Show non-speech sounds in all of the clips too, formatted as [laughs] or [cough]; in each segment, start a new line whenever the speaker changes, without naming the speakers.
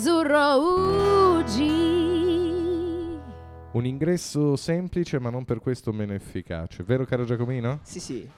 azzurro Ugi.
Un ingresso semplice ma non per questo meno efficace, vero caro Giacomino?
Sì, sì.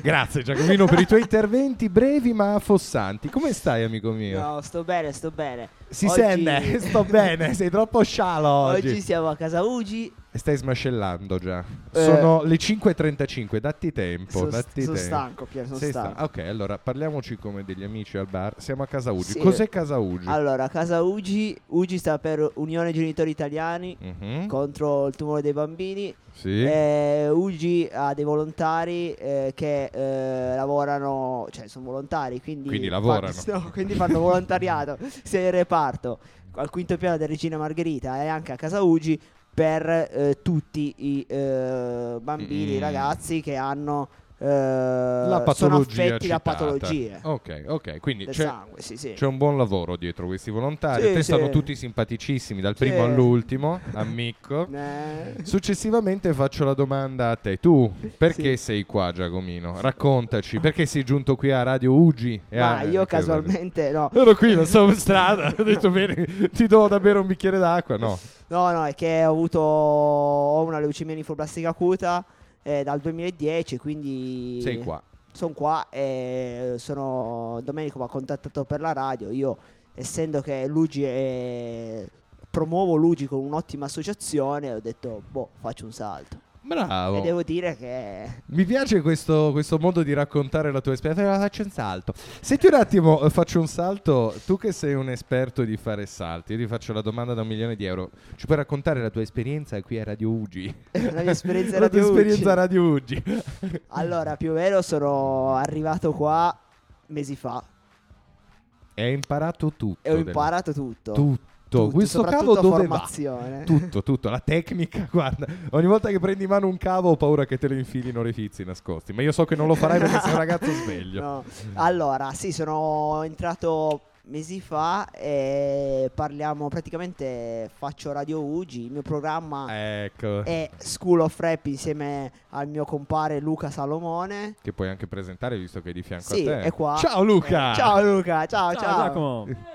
Grazie Giacomino per i tuoi interventi brevi ma affossanti. Come stai amico mio?
No, sto bene, sto bene.
Si
Oggi-
sente, [laughs] sto bene, sei troppo scialo oggi.
Oggi, siamo a casa Ugi.
E Stai smascellando già.
Eh.
Sono le 5.35, datti tempo.
Sono
datti
st- sono
tempo.
stanco, Pier, sono
Sei sta-
stanco.
Ok, allora parliamoci come degli amici al bar. Siamo a Casa Ugi.
Sì.
Cos'è Casa Ugi?
Allora, casa Ugi, Ugi sta per Unione Genitori Italiani
Mhm,
contro il tumore dei bambini.
Sì.
Eh, Ugi ha dei volontari eh, che eh, lavorano, cioè sono volontari, quindi,
Quindi lavorano.
[laughs] Fanno, no, quindi fanno volontariato, [laughs] sei in reparto al quinto piano del Regina Margherita e anche a casa Ugi per eh, tutti i eh, bambini,
Mm.
ragazzi che hanno eh,
la
sono
patologia.
affetti da
citata. cioè
patologie Esatto.
Ok, ok. Quindi
del
c'è,
sangue, sì, sì.
c'è un buon lavoro dietro questi volontari.
Sì,
Te stanno
sì.
tutti simpaticissimi, dal primo
Sì.
all'ultimo,
[laughs]
amico.
Eh.
Successivamente faccio la domanda a te. Tu perché sei qua, Giacomino? Raccontaci, perché sei giunto qui a Radio Ugi? E
Ma
a-
io
che-
casualmente no.
Ero qui, non stavo per strada. [laughs] Ho detto bene, ti do da bere un bicchiere d'acqua. No,
No, no, è che ho avuto ho una leucemia linfoblastica acuta eh, dal 2010, quindi
sei qua.
Sono qua e sono Domenico mi ha contattato per la radio. Io essendo che Lugi è promuovo Lugi con un'ottima associazione, ho detto boh, faccio un salto. E
Bravo.
devo dire che [laughs]
Mi piace questo, questo modo di raccontare la tua esperienza. Allora, Faccio un salto. Senti un attimo, eh, faccio un salto. Tu che sei un esperto di fare salti, io ti faccio la domanda da un milione di euro. Ci puoi raccontare la tua esperienza qui a Radio Ugi?
la mia esperienza
la tua
Radio Ugi.
esperienza a Radio Ugi.
Allora, più o meno sono arrivato qua mesi fa
E hai imparato tutto.
e ho
del-
imparato tutto.
tutto.
Tutto,
Questo
soprattutto
cavo dove va?
formazione.
Tutto, tutto, la tecnica, [laughs] guarda, ogni volta che prendi in mano un cavo ho paura che te lo infilino le fizi nascosti, ma io so che non lo
[laughs]
farai perché sei un ragazzo sveglio.
No. Allora, sì, sono entrato mesi fa e parliamo praticamente faccio Radio Ugi, il mio programma
Ecco,
è School of Rap insieme al mio compare Luca Salomone.
che puoi anche presentare visto che è di fianco
Sì,
Ecco a te.
è qua.
Ciao Luca!
Eh, ciao Luca, ciao ciao.
Giacomo.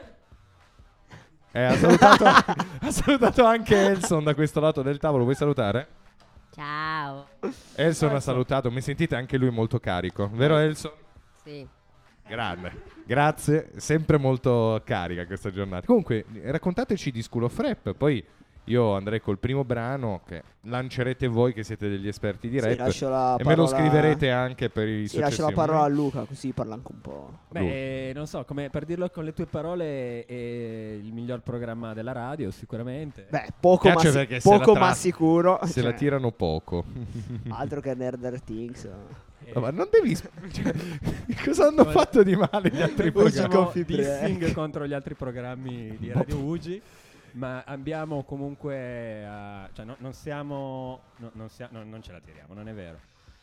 Eh, ha,
[laughs]
salutato, ha salutato anche Elson da questo lato del tavolo, vuoi salutare?
Ciao.
Elson
Certo.
ha salutato, mi sentite anche lui molto carico, vero Elson?
Sì.
Grande. Grazie, sempre molto carica questa giornata. Comunque, raccontateci di School of Rap, poi io andrei col primo brano che lancerete voi che siete degli esperti di
Sì,
rap
lascio la
e me lo
parola-
scriverete eh? anche per i
Sì, lascio la
successivi.
parola a Luca così parla anche un po'.
Beh, eh, non so, come per dirlo con le tue parole, è il miglior programma della radio, sicuramente.
Beh, poco, ma,
Piace
si-
perché se la
poco
tra-
ma sicuro.
Se la
Cioè,
tirano poco.
Altro che Nerder Things.
Eh,
No, ma non devi
[laughs]
sp- cioè, [laughs] cosa hanno
Come-
fatto di male gli altri
Noi
programmi? ecco.
facciamo
Coffee
diciamo, dissing
break.
contro gli altri programmi di
Boh.
Radio Ugi. Ma abbiamo comunque. a- cioè, no- non siamo. no- non, sia- no, non ce la tiriamo, non è vero.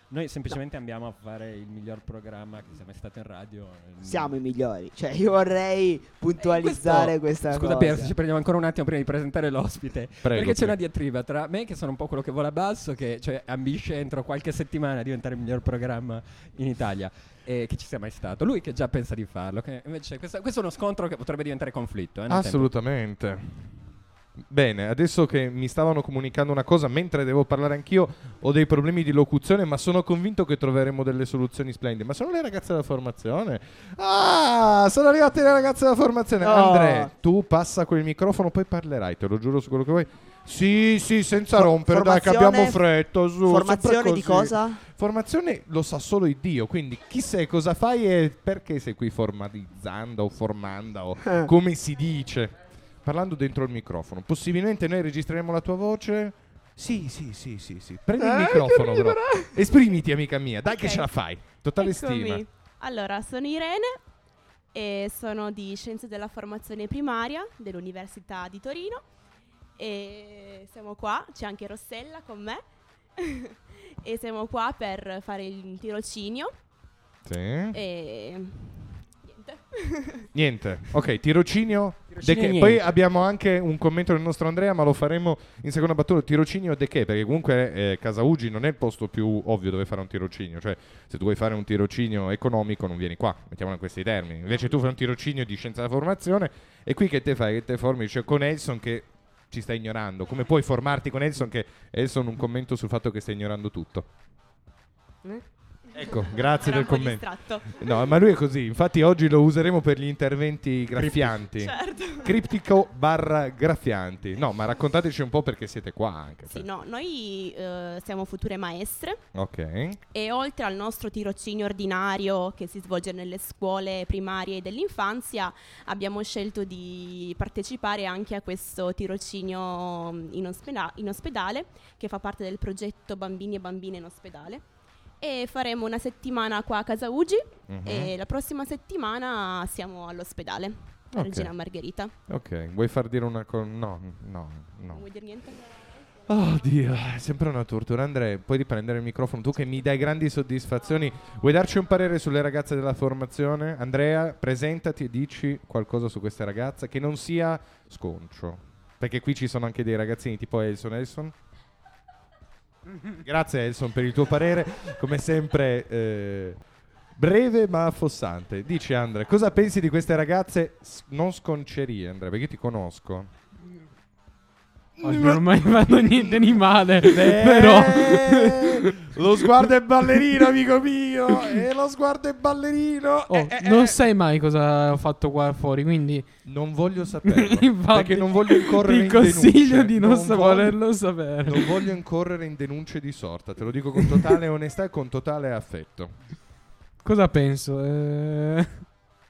Noi semplicemente andiamo a fare il miglior programma che sia mai stato in radio. eh,
Siamo i migliori. Cioè, io vorrei puntualizzare
Questo-
questa
Scusa
cosa.
Pier, se ci prendiamo ancora un attimo prima di presentare l'ospite.
Prego,
perché
Pier.
c'è una diatriba tra me, che sono un po' quello che vola basso, che cioè, ambisce entro qualche settimana a diventare il miglior programma in Italia. E che ci sia mai stato. Lui che già pensa di farlo. che invece questa- questo è uno scontro che potrebbe diventare conflitto. eh, nel
Assolutamente. Bene, adesso che mi stavano comunicando una cosa, mentre devo parlare anch'io, ho dei problemi di locuzione, ma sono convinto che troveremo delle soluzioni splendide. Ma sono le ragazze della formazione? Ah, sono arrivate le ragazze della formazione.
Ah.
Oh.
Andre, tu passa quel microfono, poi parlerai, te lo giuro su quello che vuoi. Sì, sì, senza
For-
rompere, dai, che
formazione-
abbiamo fretta. Su, sempre
Formazione
così.
di cosa?
Formazione lo sa solo il Dio, quindi chi sei, cosa fai e perché sei qui formalizzando o formanda o
Eh.
come si dice. Parlando dentro il microfono, possibilmente noi registreremo la tua voce. Sì, sì, sì, sì, sì. Prendi il
Eh, che
microfono, però.
ridere.
Esprimiti, amica mia. Dai
Ok.
che ce la fai. Totale
Eccomi.
stima.
Allora, sono Irene e sono di Scienze della Formazione Primaria dell'Università di Torino e siamo qua, c'è anche Rossella con me [laughs] e siamo qua per fare il tirocinio
Sì.
e niente. niente.
Niente. Ok, tirocinio.
Tirocinio
de che?
niente.
Poi abbiamo anche un commento del nostro Andrea, ma lo faremo in seconda battuta. Tirocinio de che? Perché comunque eh, Casa Ugi non è il posto più ovvio dove fare un tirocinio. Cioè, se tu vuoi fare un tirocinio economico, non vieni qua. Mettiamola in questi termini. Invece tu fai un tirocinio di scienza della formazione e qui che te fai? Che te formi? Cioè, con Elson che ci sta ignorando. Come puoi formarti con Elson che Elson un commento sul fatto che stai ignorando tutto? Ecco, grazie
Eh? Era
del
un po'
commento.
distratto.
No, ma lui è così. Infatti, oggi lo useremo per gli interventi graffianti.
Certo.
Criptico barra graffianti. No, ma raccontateci un po' perché siete qua anche.
Sì,
cioè.
no, noi eh, siamo future maestre
Ok.
e oltre al nostro tirocinio ordinario che si svolge nelle scuole primarie dell'infanzia, abbiamo scelto di partecipare anche a questo tirocinio mm, in, ospeda- in ospedale che fa parte del progetto Bambini e Bambine in ospedale e faremo una settimana qua a Casa Ugi
Mhm.
e la prossima settimana siamo all'ospedale. a
Ok.
Regina Margherita,
Ok, vuoi far dire una cosa? No, no,
non
no.
vuoi dire niente?
Oh Dio, è sempre una tortura. Andrea, puoi riprendere il microfono? Tu che mi dai grandi soddisfazioni. Vuoi darci un parere sulle ragazze della formazione? Andrea, presentati e dici qualcosa su queste ragazze che non sia sconcio. Perché qui ci sono anche dei ragazzini tipo Elson. Elson? Grazie Elson per il tuo parere, come sempre eh, breve ma affossante. Dici Andrea, cosa pensi di queste ragazze s- non sconcerie Andrea? Perché io ti conosco.
Oh, non ho mai fatto niente di
[laughs]
male.
Beh, Eh,
però.
lo sguardo è ballerino, amico
[laughs]
mio. E lo sguardo è ballerino.
Oh,
Eh, eh, eh.
non sai mai cosa ho fatto qua fuori, quindi
Non voglio
[laughs]
saperlo.
Infatti,
perché non voglio incorrere
ti
in certo
consiglio
denunce.
di non,
voglio-
volerlo sapere.
Non voglio incorrere in denunce di sorta. Te lo dico con totale onestà e con totale affetto.
Cosa penso? Eh,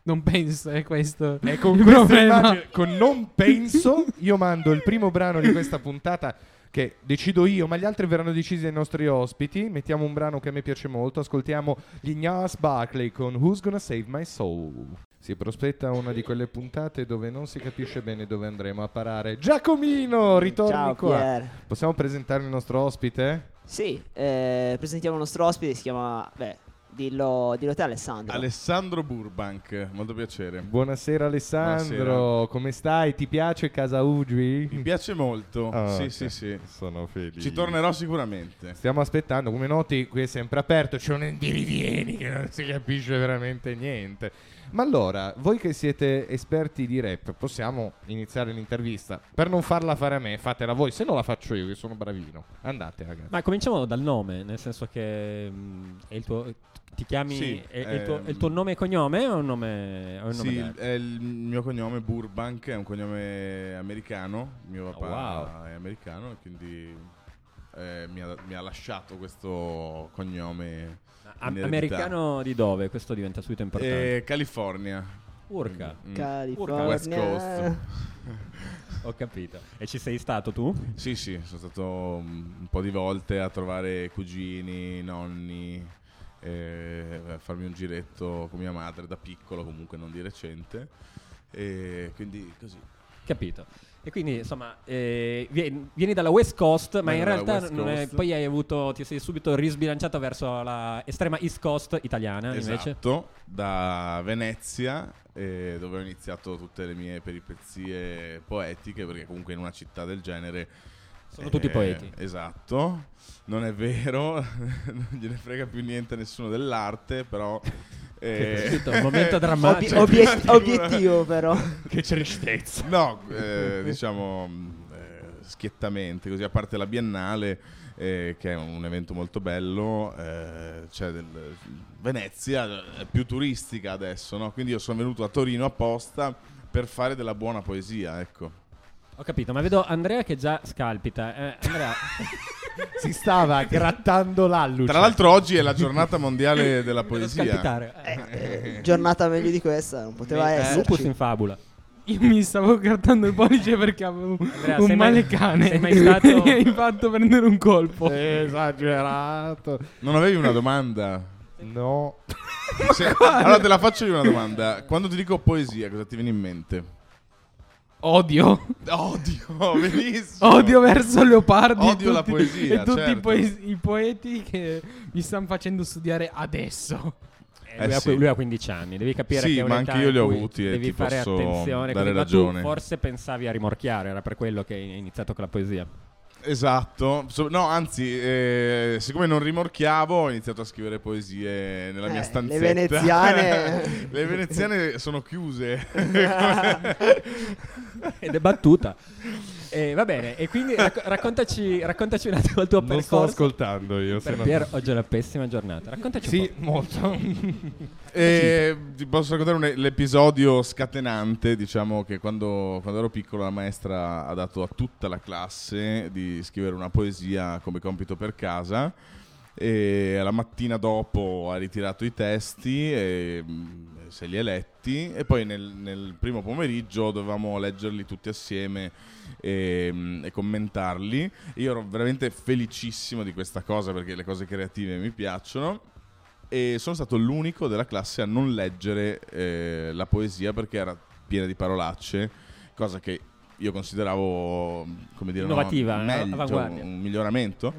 non penso, è questo.
E Eh, con
il
questa
problema.
immagine, con non penso,
[laughs]
io mando il primo brano di questa puntata che decido io, ma gli altri verranno decisi dai nostri ospiti. Mettiamo un brano che a me piace molto, ascoltiamo gli Ignace Barkley con Who's Gonna Save My Soul. Si prospetta una di quelle puntate dove non si capisce bene dove andremo a parare. Giacomino, ritorni
Ciao
qua.
Pier.
Possiamo presentare il nostro ospite?
Sì, eh, presentiamo il nostro ospite, si chiama... Beh, dillo, dillo te Alessandro.
Alessandro Burbank, molto piacere.
Buonasera Alessandro,
Buonasera.
come stai? Ti piace Casa Uggi?
Mi piace molto.
Ah,
sì,
ok.
sì, sì.
Sono felice.
Ci tornerò sicuramente.
Stiamo aspettando, come noti qui è sempre aperto, c'è un indirivieni che non si capisce veramente niente. Ma allora, voi che siete esperti di rap, possiamo iniziare l'intervista. Per non farla fare a me, fatela voi, se no la faccio io che sono bravino. Andate ragazzi.
Ma cominciamo dal nome, nel senso che mm, è il tuo, ti chiami,
Sì,
è, è il tuo,
ehm.
è il tuo nome e cognome o è un nome? È un nome
Sì,
d'arte?
è il mio cognome Burbank, è un cognome americano. Mio
Oh,
papà
wow.
è americano, e quindi eh, mi, ha, mi ha lasciato questo cognome.
Am-
in eredità.
americano di dove? Questo diventa subito importante.
Eh, California.
Urca,
Mm,
California.
West Coast.
ho capito. E ci sei stato tu?
Sì, sì, sono stato mm, un po' di volte a trovare cugini, nonni, eh, a farmi un giretto con mia madre da piccolo, comunque non di recente. E quindi così.
Capito. E quindi, insomma, eh, vie- vieni dalla West Coast, ma
Vengo
in
dalla
realtà
West
non è-
Coast.
poi hai avuto, ti sei subito risbilanciato verso la estrema East Coast italiana, Ah, invece.
Esatto, da Venezia, eh, dove ho iniziato tutte le mie peripezie poetiche, perché comunque in una città del genere...
Sono
eh,
tutti poeti.
Esatto, non è vero, [laughs] non gliene frega più niente a nessuno dell'arte, però... eh,
tristezza, un
[laughs]
momento
Obbi-
drammatico.
Cioè,
obiet-
figura-
obiettivo però.
Che tristezza.
No, eh, diciamo mh, eh, schiettamente, così a parte la Biennale, eh, che è un evento molto bello, eh, c'è del- Venezia è più turistica adesso, no? quindi io sono venuto a Torino apposta per fare della buona poesia, ecco.
Ho capito, ma vedo Andrea che già scalpita. Eh,
[laughs]
Andrea,
Si [laughs] stava grattando l'alluce.
Tra l'altro oggi è la giornata mondiale della
devo
poesia.
scalpitare. Eh.
Eh, giornata meglio di questa non poteva
Eh, Lupus
[laughs] esserci.
in fabula.
Io mi stavo grattando il pollice perché avevo
Andrea,
un
sei mai-
male cane.
sei mai stato-
E [laughs] mi hai fatto prendere un colpo.
Esagerato.
Non avevi una domanda?
No.
Se- allora te la faccio io una domanda. Quando ti dico poesia, cosa ti viene in mente?
Odio.
Odio, [laughs] benissimo.
Odio verso Leopardi. e
Odio la
tutti-
poesia,
E tutti i,
certo.
poes- i poeti che mi stanno facendo studiare adesso.
Eh,
Eh,
Eh
lui, ha,
sì.
lui ha 15 anni, devi capire
Sì,
che è
ma
un'età
anche io
in
li ho
cui
avuti e
devi
ti
fare
posso
attenzione.
dare
quindi- ma
ragione.
Tu forse pensavi a rimorchiare, era per quello che hai iniziato con la poesia.
Esatto, So- no, anzi, eh, siccome non rimorchiavo, ho iniziato a scrivere poesie nella
Eh,
mia
le
stanzetta.
veneziane-
[laughs] le veneziane sono
[laughs]
chiuse.
Ed è battuta. Eh, va bene, e quindi racco- raccontaci, raccontaci un attimo il tuo
Non sto
percorso.
ascoltando io. se
Per
no-
Pier, oggi è una pessima giornata. Raccontaci un
Sì,
po'.
molto.
E Eh, ti posso raccontare un- l'episodio scatenante, diciamo che quando, quando ero piccolo la maestra ha dato a tutta la classe di scrivere una poesia come compito per casa e la mattina dopo ha ritirato i testi e mh, se li ha letti e poi nel, nel primo pomeriggio dovevamo leggerli tutti assieme e, mh, e commentarli. Io ero veramente felicissimo di questa cosa perché le cose creative mi piacciono e sono stato l'unico della classe a non leggere eh, la poesia perché era piena di parolacce, cosa che io consideravo come dire
Innovativa,
no,
eh, Mm.
meglio, cioè,
avanguardia.
un miglioramento.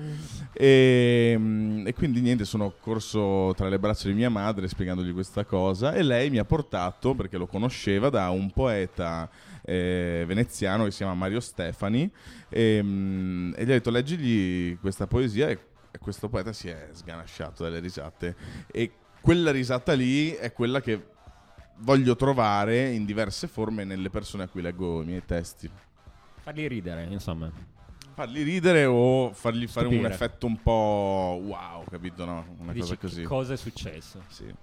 E, mm, e quindi niente, sono corso tra le braccia di mia madre spiegandogli questa cosa e lei mi ha portato, perché lo conosceva, da un poeta eh, veneziano che si chiama Mario Stefani e, mm, e gli ho detto leggigli questa poesia e e questo poeta si è sganasciato dalle risate e quella risata lì è quella che voglio trovare in diverse forme nelle persone a cui leggo i miei testi.
Farli ridere, insomma.
Farli ridere o fargli fare un
Stupire.
effetto un po' wow, capito? No? Una
Dici
cosa
che
così.
cosa è successo.
Sì.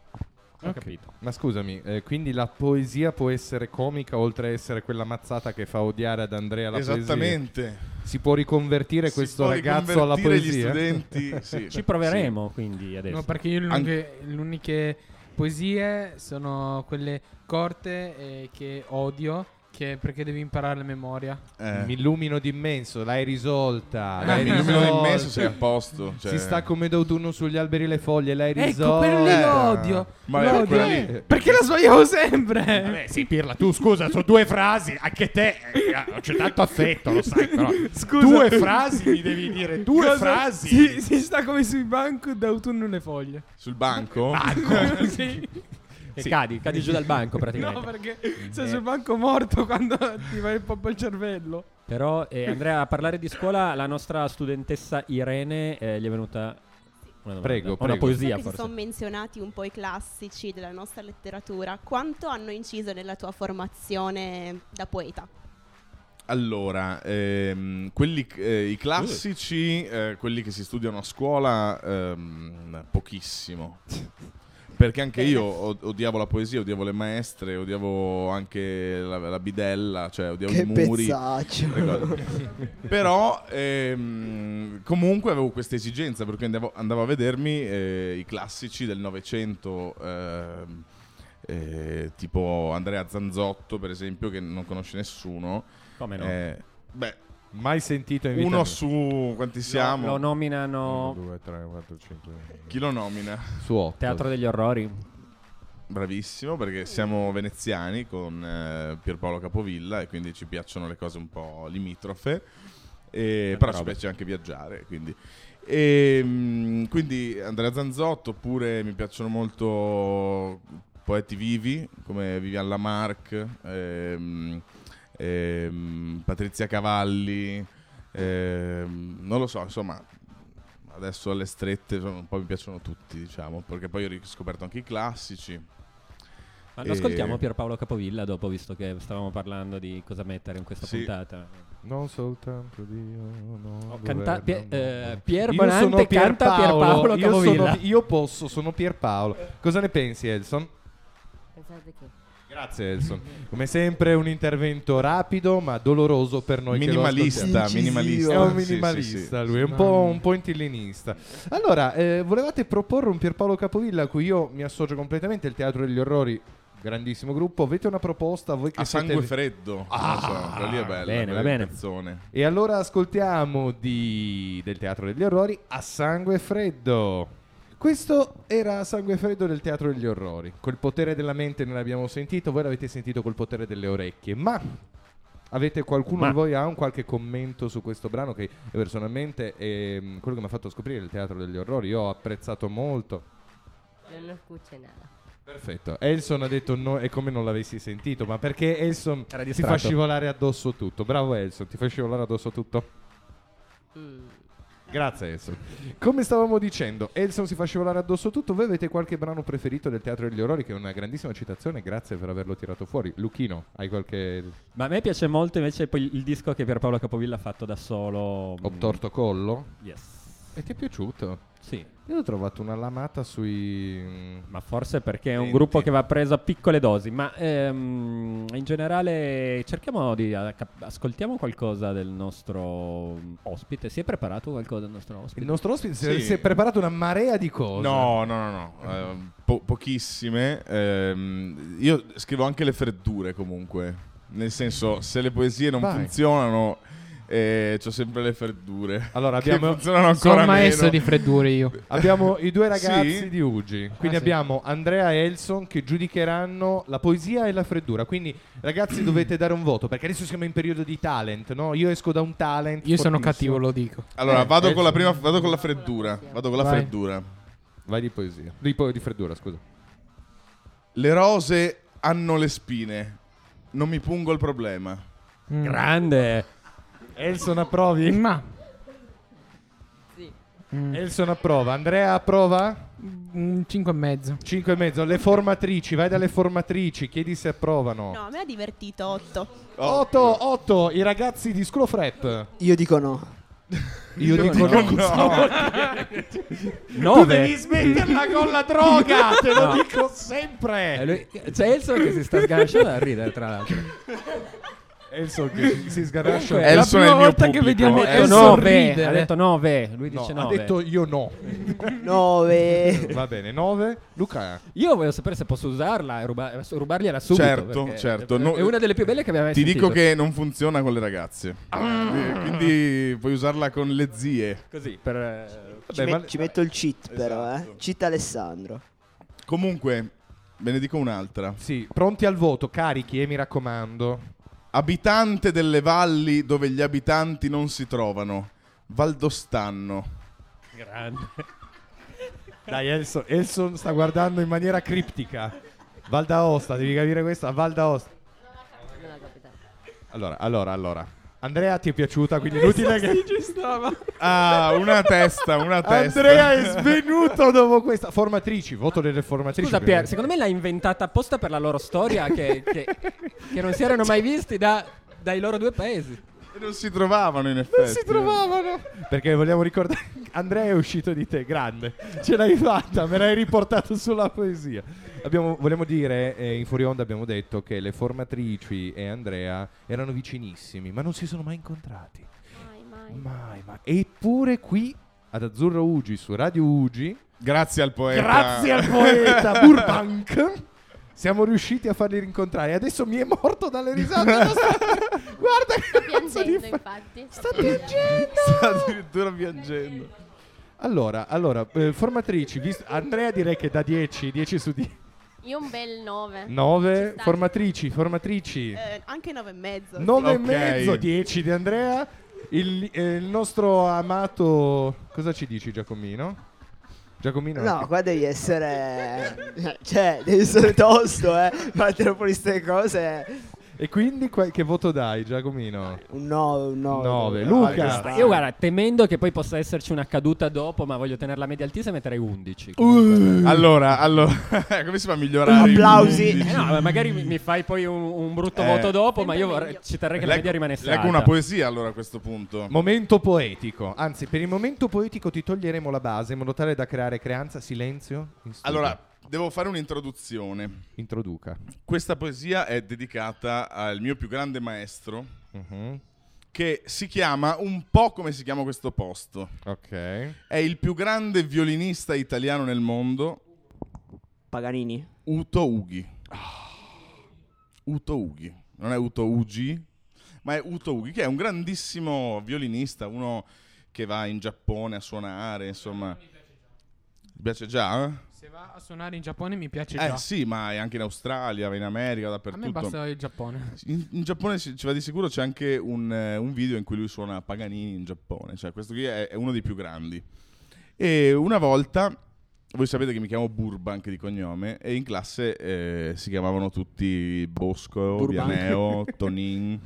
Ho
Ok.
capito.
Ma scusami, eh, quindi la poesia può essere comica oltre a essere quella mazzata che fa odiare ad Andrea la poesia?
Esattamente.
Si può riconvertire
Si
questo
può
ragazzo alla
riconvertire
poesia?
gli
[laughs]
studenti. sì.
Ci proveremo quindi adesso.
No, perché io le
An-
uniche, le uniche poesie sono quelle corte eh, che odio, che perché devi imparare la memoria.
Sì. Eh.
Mi illumino d'immenso, l'hai risolta.
Eh,
Eh,
l'hai
mi illumino
risolta.
immenso, sei a posto. Cioè.
Si sta come d'autunno sugli alberi le foglie, l'hai
Ecco,
risolta.
quello lì lo odio.
Ma
Lo
era
odio.
quella lì.
Perché la sbagliavo sempre?
Vabbè, eh, sì, Pirla, tu scusa, sono due frasi, anche te eh, c'è tanto affetto, lo sai, però.
Scusa.
Due frasi mi devi dire, due
Cosa-
frasi.
Si, si sta come sui banco d'autunno le foglie.
Sul banco?
Ah,
sì.
E cadi, cadi giù dal banco praticamente.
No, perché sei sul banco morto quando ti va il poppo il cervello.
Però eh, Andrea, a parlare di scuola, la nostra studentessa Irene eh, gli è venuta una domanda.
Prego,
una
prego.
poesia
Visto che si
forse.
sono menzionati un po' i classici della nostra letteratura, quanto hanno inciso nella tua formazione da poeta?
Allora, ehm, quelli, eh, i classici, eh, quelli che si studiano a scuola, ehm, pochissimo. Perché anche io od- odiavo la poesia, odiavo le maestre, odiavo anche la, la bidella, cioè odiavo
Che
i muri.
pezzaccio.
Però ehm, comunque avevo questa esigenza, perché andavo, andavo a vedermi eh, i classici del Novecento, ehm, eh, tipo Andrea Zanzotto, per esempio, che non conosce nessuno.
Come no?
Eh, beh,
Mai sentito in vita
uno
mia.
su quanti siamo?
Lo, lo
Uno,
nominano
due, tre, quattro, cinque.
Chi lo nomina?
Su otto.
Teatro degli Orrori.
Bravissimo, perché siamo veneziani con eh, Pierpaolo Capovilla e quindi ci piacciono le cose un po' limitrofe. E,
Tanta
però ci
roba.
piace anche viaggiare, quindi. E, mm, quindi Andrea Zanzotto, oppure mi piacciono molto poeti vivi come Vivian Lamarck, ehm, ehm, Patrizia Cavalli, ehm, non lo so, insomma, adesso alle strette insomma, un po' mi piacciono tutti, diciamo, perché poi ho riscoperto anche i classici.
Ma
Eh.
lo ascoltiamo Pierpaolo Capovilla dopo, visto che stavamo parlando di cosa mettere in questa
Sì.
puntata.
Non soltanto Dio. No,
Ho canta-
governa
Pie-
mondo.
eh, Pier
Io
Bonante
sono
canta Pierpaolo
io,
Capovilla.
sono- io posso, sono Pierpaolo. Cosa ne pensi, Elson?
Pensate che.
Grazie, Elson. Come sempre, un intervento rapido ma doloroso per noi che lo ascoltiamo.
minimalista,
ascoltiamo.
minimalista.
È un
Sì, sì, sì.
minimalista lui, è un po', un po' intillinista. Allora, eh, volevate proporre un Pierpaolo Capovilla a cui io mi associo completamente, il Teatro degli Orrori, grandissimo gruppo. Avete una proposta? Voi che Ah,
A
siete-
sangue freddo. non so, quella lì è bella.
bene, va
quella
bene.
canzone.
E allora ascoltiamo di- del Teatro degli Orrori a sangue freddo. Questo era a sangue freddo del Teatro degli Orrori. Col potere della mente non l'abbiamo sentito, voi l'avete sentito col potere delle orecchie. Ma avete qualcuno
Ma-
di voi ha un qualche commento su questo brano che personalmente è mm, quello che mi ha fatto scoprire il Teatro degli Orrori. Io ho apprezzato molto.
Non escuché nada.
Perfetto. Elson ha detto no, è come non l'avessi sentito, ma perché Elson
Era
ti
distratto.
fa scivolare addosso tutto. Bravo Elson, ti fa scivolare addosso tutto.
Mm.
Grazie Elson. Come stavamo dicendo, Elson si fa scivolare addosso tutto. Voi avete qualche brano preferito del Teatro degli Orori che è una grandissima citazione, grazie per averlo tirato fuori. Luchino, hai qualche
Ma a me piace molto invece poi il disco che Pierpaolo Capovilla ha fatto da solo. mm,
ho torto collo?
Yes.
E ti è piaciuto?
Sì,
Io ho trovato una lamata sui mm,
ma forse perché è un
Senti.
gruppo che va preso a piccole dosi. Ma ehm, in generale cerchiamo di... acca- ascoltiamo qualcosa del nostro mm, ospite. Si è preparato qualcosa del nostro
Il
ospite?
nostro ospite si-
Sì.
si è preparato una marea di cose.
No, no, no, no. eh, po- pochissime. Ehm, io scrivo anche le freddure comunque. Nel senso, se le poesie non
Vai.
funzionano, eh, ho sempre le freddure.
Allora,
[laughs] Che
abbiamo-
funzionano ancora
Sono maestro
meno.
di freddure io.
Abbiamo i due ragazzi
Sì?
di Ugi, quindi
Ah, sì.
abbiamo Andrea e Elson che giudicheranno la poesia e la freddura. Quindi ragazzi dovete dare un voto perché adesso siamo in periodo di talent, no? Io esco da un talent.
Io sono
fortissimo.
cattivo, lo dico.
Allora,
Eh,
vado con la
eh,
prima, vado con la freddura. Vado con la
Vai.
freddura.
Vai di poesia. Di, po- di freddura, scusa.
Le rose hanno le spine. Non mi pungo il problema.
Grande!
Elson approvi?
Ma
Mm. Elson approva. Andrea approva?
5 mm, e mezzo.
5 e mezzo. Le formatrici, vai dalle formatrici, chiedi se approvano.
No, a me ha divertito 8.
8, 8, i ragazzi di School of Rap.
Io dico no.
Io dico
dico
no.
Nove!
Cioè,
smetterla con la droga, te
lo No.
dico sempre.
Eh, lui- C'è Elson che si sta sganasciando a ridere, tra l'altro.
Elson che si sgarrascia.
È la
Elson
prima
è il mio
volta che
pubblico,
vediamo
eh.
Ha detto
Elson
nove!
ridere.
Ha detto nove! Lui
No,
dice
ha
nove.
detto io no.
9.
Va bene, 9. Luca,
Io voglio sapere se posso usarla e ruba- eh, rubargliela subito.
Certo,
perché
certo.
È,
No-
è una delle più belle che abbiamo mai
Ti dico
sentito.
che non funziona con le ragazze. Eh, Quindi puoi usarla con le zie.
Così, per... eh,
Ci,
Vabbè,
met-
ma-
ci metto il cheat però, eh.
Esatto.
Cheat Alessandro.
Comunque, ve ne dico un'altra.
sì, pronti al voto, carichi e mi raccomando.
Abitante delle valli dove gli abitanti non si trovano. Valdostanno.
Grande.
Dai, Elson, Elson sta guardando in maniera criptica. Val d'Aosta, devi capire questa, Val d'Aosta. Allora, allora, allora. Andrea ti è piaciuta, quindi inutile che
Ah, una testa, una testa.
Andrea è svenuto dopo questa formatrici, voto delle formatrici.
Scusa
eh.
Pier, secondo me l'ha inventata apposta per la loro storia che, che- che non si erano mai visti da- dai loro due paesi.
E Non si trovavano in effetti.
si trovavano. Perché vogliamo ricordare Andrea è uscito di te, grande. Ce l'hai fatta, me l'hai riportato sulla poesia. Abbiamo- vogliamo dire, eh, in Fuori Onda abbiamo detto che le formatrici e Andrea erano vicinissimi, ma non si sono mai incontrati. Mai, mai. Eppure qui ad Azzurro Ugi su Radio Ugi,
Grazie al poeta.
grazie
[laughs]
al poeta Burbank siamo riusciti a farli rincontrare. Adesso mi è morto dalle risate. Lo sta- Guarda che cazzo di fa-
infatti.
Sta piangendo.
Sta addirittura piangendo.
Allora, allora, eh, formatrici, vis- Andrea direi che da 10, 10 su 10.
Io un bel 9.
9,
sta.
formatrici, formatrici,
Eh, anche 9 e mezzo.
9 e
Ok.
mezzo, 10 di Andrea. Il, eh, il nostro amato, cosa ci dici Giacomino? Giacomino?
No, qua devi essere... Cioè, devi essere tosto, eh. Battere fuori queste cose.
E quindi que- che voto dai Giacomino?
Un 9, un Ah,
Nove.
9.
Luca.
Io guarda, temendo che poi possa esserci una caduta dopo, ma voglio tenere la media altissima, metterei 11.
Uh. Allora, allora, [laughs] come si fa a migliorare? i
Applausi.
punti?
Eh no, magari mi mi fai poi un, un brutto
Eh.
voto dopo, ma
Sempre
io
meglio.
vorrei- ci terrei che la
Leggo-
media rimanesse
Leggo
alta.
una poesia allora a questo punto.
Momento poetico, anzi per il momento poetico ti toglieremo la base in modo tale da creare creanza, silenzio. in studio.
Allora, devo fare un'introduzione.
Introduca.
Questa poesia è dedicata al mio più grande maestro,
Mhm,
che si chiama un po' come si chiama questo posto.
Ok.
È il più grande violinista italiano nel mondo,
Paganini.
Uto Ughi. Uto Ughi. Non è Uto Ugi, ma è Uto Ughi, che è un grandissimo violinista, uno che va in Giappone a suonare, insomma. Ti piace già? eh?
Se va a suonare in Giappone mi piace
Eh
già.
sì, ma è anche in Australia, va in America,
a me
dappertutto.
basta il Giappone.
In, in Giappone ci ci va di sicuro, c'è anche un, eh, un video in cui lui suona Paganini in Giappone, cioè questo qui è, è uno dei più grandi. E una volta voi sapete che mi chiamo Burbank di cognome e in classe eh, si chiamavano tutti Bosco,
Burbank.
Vianeo, Tonin,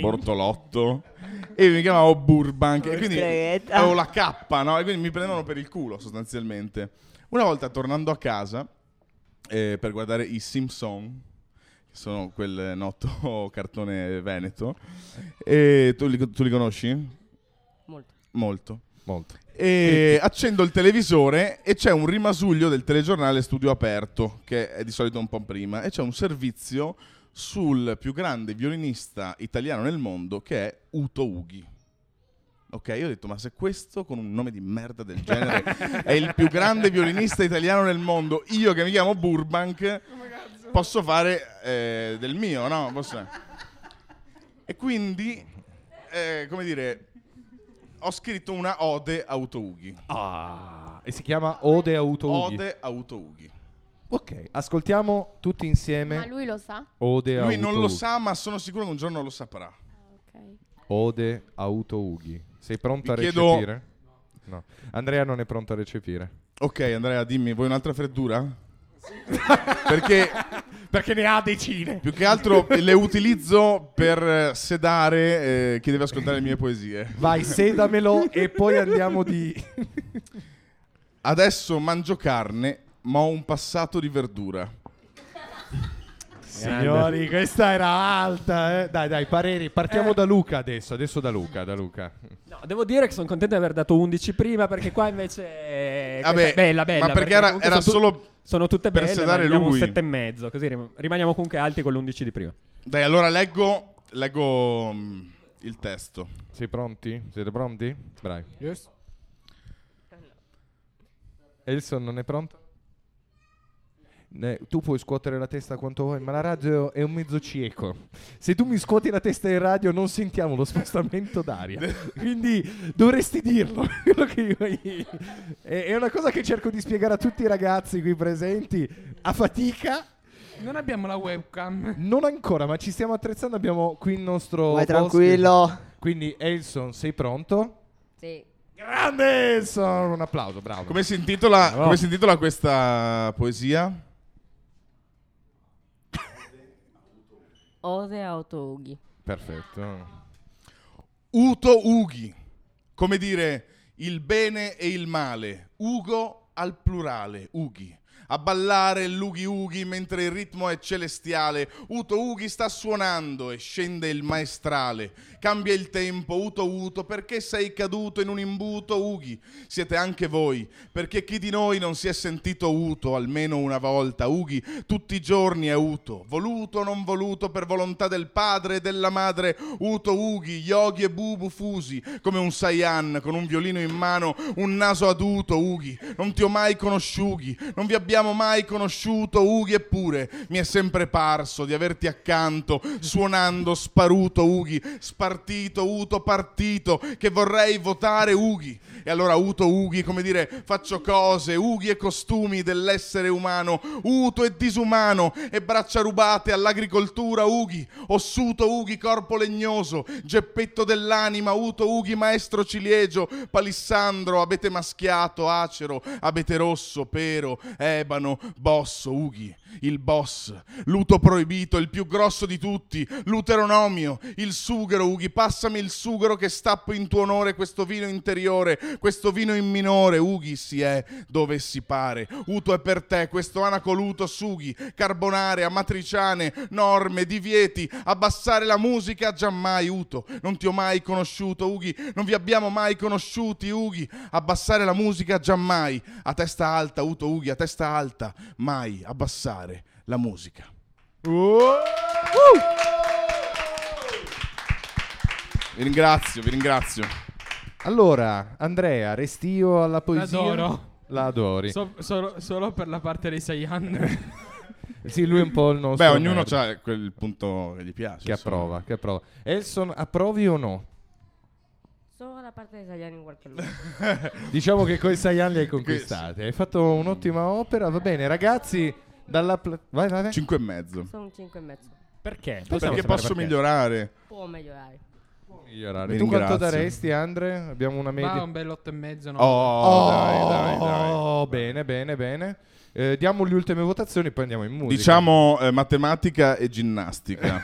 Bortolotto e io mi chiamavo Burbank e quindi
Porchetta.
avevo la K, no? E quindi mi prendevano per il culo sostanzialmente. Una volta tornando a casa eh, per guardare i Simpson che sono quel noto [laughs] cartone veneto e tu li, tu li conosci?
Molto.
Molto.
Molto.
E accendo il televisore e c'è un rimasuglio del telegiornale Studio Aperto, che è di solito un po' prima, e c'è un servizio sul più grande violinista italiano nel mondo che è Uto Ughi. Ok, io ho detto, ma se questo con un nome di merda del genere è il più grande violinista italiano nel mondo, io che mi chiamo Burbank, posso fare eh, del mio, no? Posso- E quindi, eh, come dire, ho scritto una ode a Uto Ughi.
Ah, E si chiama Ode Auto Ughi.
Ode a Uto Ughi.
Ok, ascoltiamo tutti insieme
Ma lui lo sa?
Ode
Lui
Auto
non lo
Ughi.
sa, ma sono sicuro che un giorno lo saprà.
Ok.
Ode Auto Ughi. Sei pronta
Vi
a
chiedo-
recepire? No. Andrea non è pronta a recepire.
Ok, Andrea, dimmi, vuoi un'altra freddura? [laughs] Perché
Perché ne ha decine.
più che altro le utilizzo per eh, sedare eh, chi deve ascoltare le mie poesie.
Vai, sedamelo e poi andiamo [laughs] di...
Adesso mangio carne, ma ho un passato di verdura.
Signori, questa era alta, eh. Dai, dai, pareri. Partiamo da Luca adesso, adesso da Luca, da Luca.
No, devo dire che sono contento di aver dato 11 prima perché qua invece eh,
Vabbè,
questa è bella bella.
ma perché era-
comunque
era
sono
solo
sono tutte
per
belle, ma
sedare
abbiamo
lui.
un 7 e mezzo, così rim- rimaniamo comunque alti con l'11 di prima.
Dai, allora leggo, leggo mm, il testo.
Sei pronti? Siete pronti? Bravi.
Yes.
Elson non è pronto? Ne- tu puoi scuotere la testa quanto vuoi, ma la radio è un mezzo cieco. Se tu mi scuoti la testa in radio, non sentiamo lo spostamento d'aria. Quindi dovresti dirlo. [laughs] quello che io- è, è una cosa che cerco di spiegare a tutti i ragazzi qui presenti. A fatica,
Non abbiamo la webcam.
non ancora, ma ci stiamo attrezzando. Abbiamo qui il nostro.
Vai
boss che-
tranquillo.
Quindi, Elson, sei pronto?
Sì.
Grande Elson! Un applauso, bravo.
Come si
Eh,
intitola,
Bravo.
come si intitola questa poesia?
Ode Auto Ughi.
Perfetto.
Uto Ughi, come dire il bene e il male, Ugo al plurale, Ughi. A ballare l'Ughi Ughi mentre il ritmo è celestiale, Uto Ughi sta suonando e scende il maestrale. Cambia il tempo, Uto Uto, perché sei caduto in un imbuto, Ughi? Siete anche voi, perché chi di noi non si è sentito Uto almeno una volta, Ughi? Tutti i giorni è Uto, voluto o non voluto per volontà del padre e della madre, Uto Ughi, Yogi e Bubu fusi, come un Saiyan con un violino in mano, un naso aduto, Ughi, non ti ho mai conosciuti, non vi abbiamo mai conosciuto, Ughi, eppure mi è sempre parso di averti accanto, suonando sparuto, Ughi, spartito, Uto partito, che vorrei votare, Ughi. E allora Uto Ughi, come dire, faccio cose, Ughi e costumi dell'essere umano, Uto e disumano, e braccia rubate all'agricoltura, Ughi, ossuto Ughi, corpo legnoso, geppetto dell'anima, Uto Ughi, maestro ciliegio, palissandro, abete maschiato, acero, abete rosso, pero, ebano, bosso, Ughi, il boss, l'uto proibito, il più grosso di tutti, l'uteronomio, il sughero, Ughi, passami il sughero che stappo in tuo onore questo vino interiore, questo vino in minore, Ughi si è dove si pare, Uto è per te, questo anacoluto, Sughi, carbonare, amatriciane, norme, divieti, abbassare la musica, giammai, Uto, non ti ho mai conosciuto, Ughi, non vi abbiamo mai conosciuti, Ughi, abbassare la musica, giammai, a testa alta, Uto, Ughi, a testa alta, mai abbassare la musica. Uh!
Uh!
Vi ringrazio, vi ringrazio.
Allora, Andrea, restio alla poesia.
L'adoro.
La adori.
So- solo, solo per la parte dei
[laughs]
Saiyan.
sì, lui è un po' il nostro.
Beh, ognuno
nerd
ha quel punto che gli piace.
Che
insomma.
approva, che approva. Elson, approvi o no?
Solo la parte italiana in qualche modo.
Diciamo che coi Saiyan li hai conquistati. Hai fatto un'ottima opera. Va bene, ragazzi. Dalla pla- vai, vai, vai.
Cinque e mezzo.
Sono 5 e mezzo.
Perché?
Possiamo
Perché
sapere
posso migliorare?
Può migliorare.
migliorare.
Vi
Tu quanto
ringrazio.
daresti, Andre? Abbiamo una media.
Ma un bel 8 e mezzo, no?
Oh, dai, dai, dai.
Oh, bene, bene, bene. Eh, diamo le ultime votazioni, poi andiamo in musica.
Diciamo eh, matematica e ginnastica.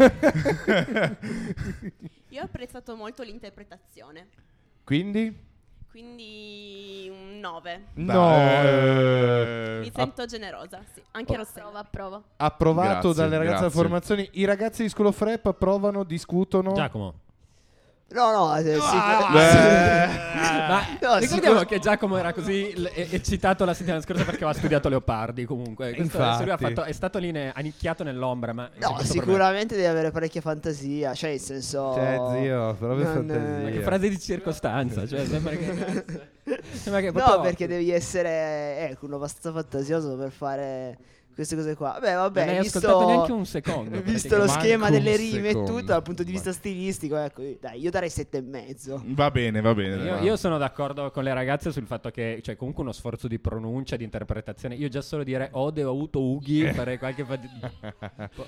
Io ho apprezzato molto l'interpretazione,
[laughs] Quindi?
quindi un 9.
[laughs] No.
eh,
Ah.
Mi
Oh.
sento generosa, sì. Anche
Prova,
Rossella.
prova.
Approvato
Grazie,
dalle ragazze della
grazie.
formazione. I ragazzi di School of Rap approvano, discutono.
Giacomo.
No, no, eh, sì,
Ah,
[laughs]
Ma
No,
ricordiamo
sicuro-
che Giacomo era così l- e- eccitato la settimana scorsa perché aveva studiato Leopardi. Comunque, Questo adesso lui ha
Infatti.
fatto- è stato lì ne- annicchiato nell'ombra. Ma
No,
questo per me.
sicuramente devi avere parecchia fantasia, cioè nel senso...
Cioè, zio, però per
Non,
fantasia.
eh,
Ma che frase di circostanza. Cioè, sembra che. sembra che
No,
proprio-
perché devi essere, ecco, uno abbastanza fantasioso per fare queste cose qua. Beh, vabbè,
Non hai
visto...
ascoltato neanche un
[laughs]
secondo,
Visto lo
praticamente.
schema
Manco un
delle rime e
secondo.
tutto, dal punto di vista stilistico, ecco, io- dai, io darei sette e mezzo.
Va bene, va bene.
Io,
va.
io sono d'accordo con le ragazze sul fatto che c'è comunque uno sforzo di pronuncia, di interpretazione. Io già solo dire Ode ho avuto
Eh.
Ughi farei qualche fatica.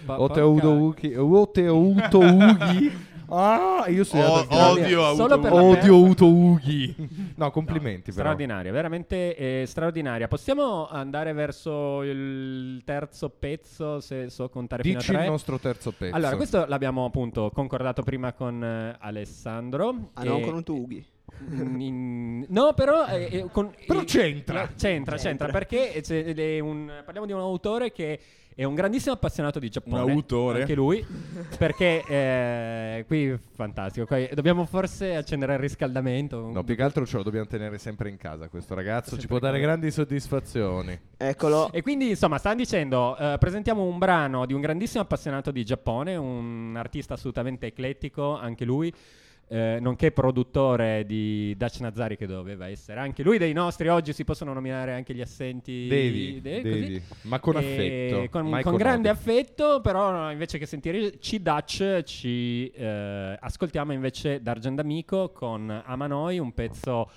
Oteudo Uki. Oteuto Ughi.
[laughs]
Ah, io sono
O-
andato a finale.
odio ha
Solo
avuto
per-
Odio Uto Ughi. No, complimenti però.
Straordinaria, veramente eh, straordinaria. Possiamo andare verso il terzo pezzo, se so contare
Dici
fino a
il
tre.
nostro terzo pezzo.
Allora, questo l'abbiamo appunto concordato prima con eh, Alessandro.
Ah,
e-
non con un tughi.
Mm, in- No, però, eh, eh, con-
Però
eh,
c'entra.
la- c'entra, c'entra, perché c'è- è un- parliamo di un autore che è un grandissimo appassionato di Giappone.
Un autore.
Anche lui. Perché eh, qui fantastico. Qui, dobbiamo forse accendere il riscaldamento.
No, più che altro ce lo dobbiamo tenere sempre in casa. Questo ragazzo ci può
in
dare grandi soddisfazioni.
Eccolo.
E quindi, insomma, stanno dicendo, eh, presentiamo un brano di un grandissimo appassionato di Giappone, un artista assolutamente eclettico, anche lui, eh, nonché produttore di Dutch Nazari, che doveva essere anche lui dei nostri. Oggi si possono nominare anche gli assenti.
Devi,
de- così.
devi. Ma con
E
affetto.
Con,
mai
con grande
odio.
affetto, però no, invece che sentire C-Dutch ci eh, ascoltiamo invece D'Argent D'Amico con Amanoi, un pezzo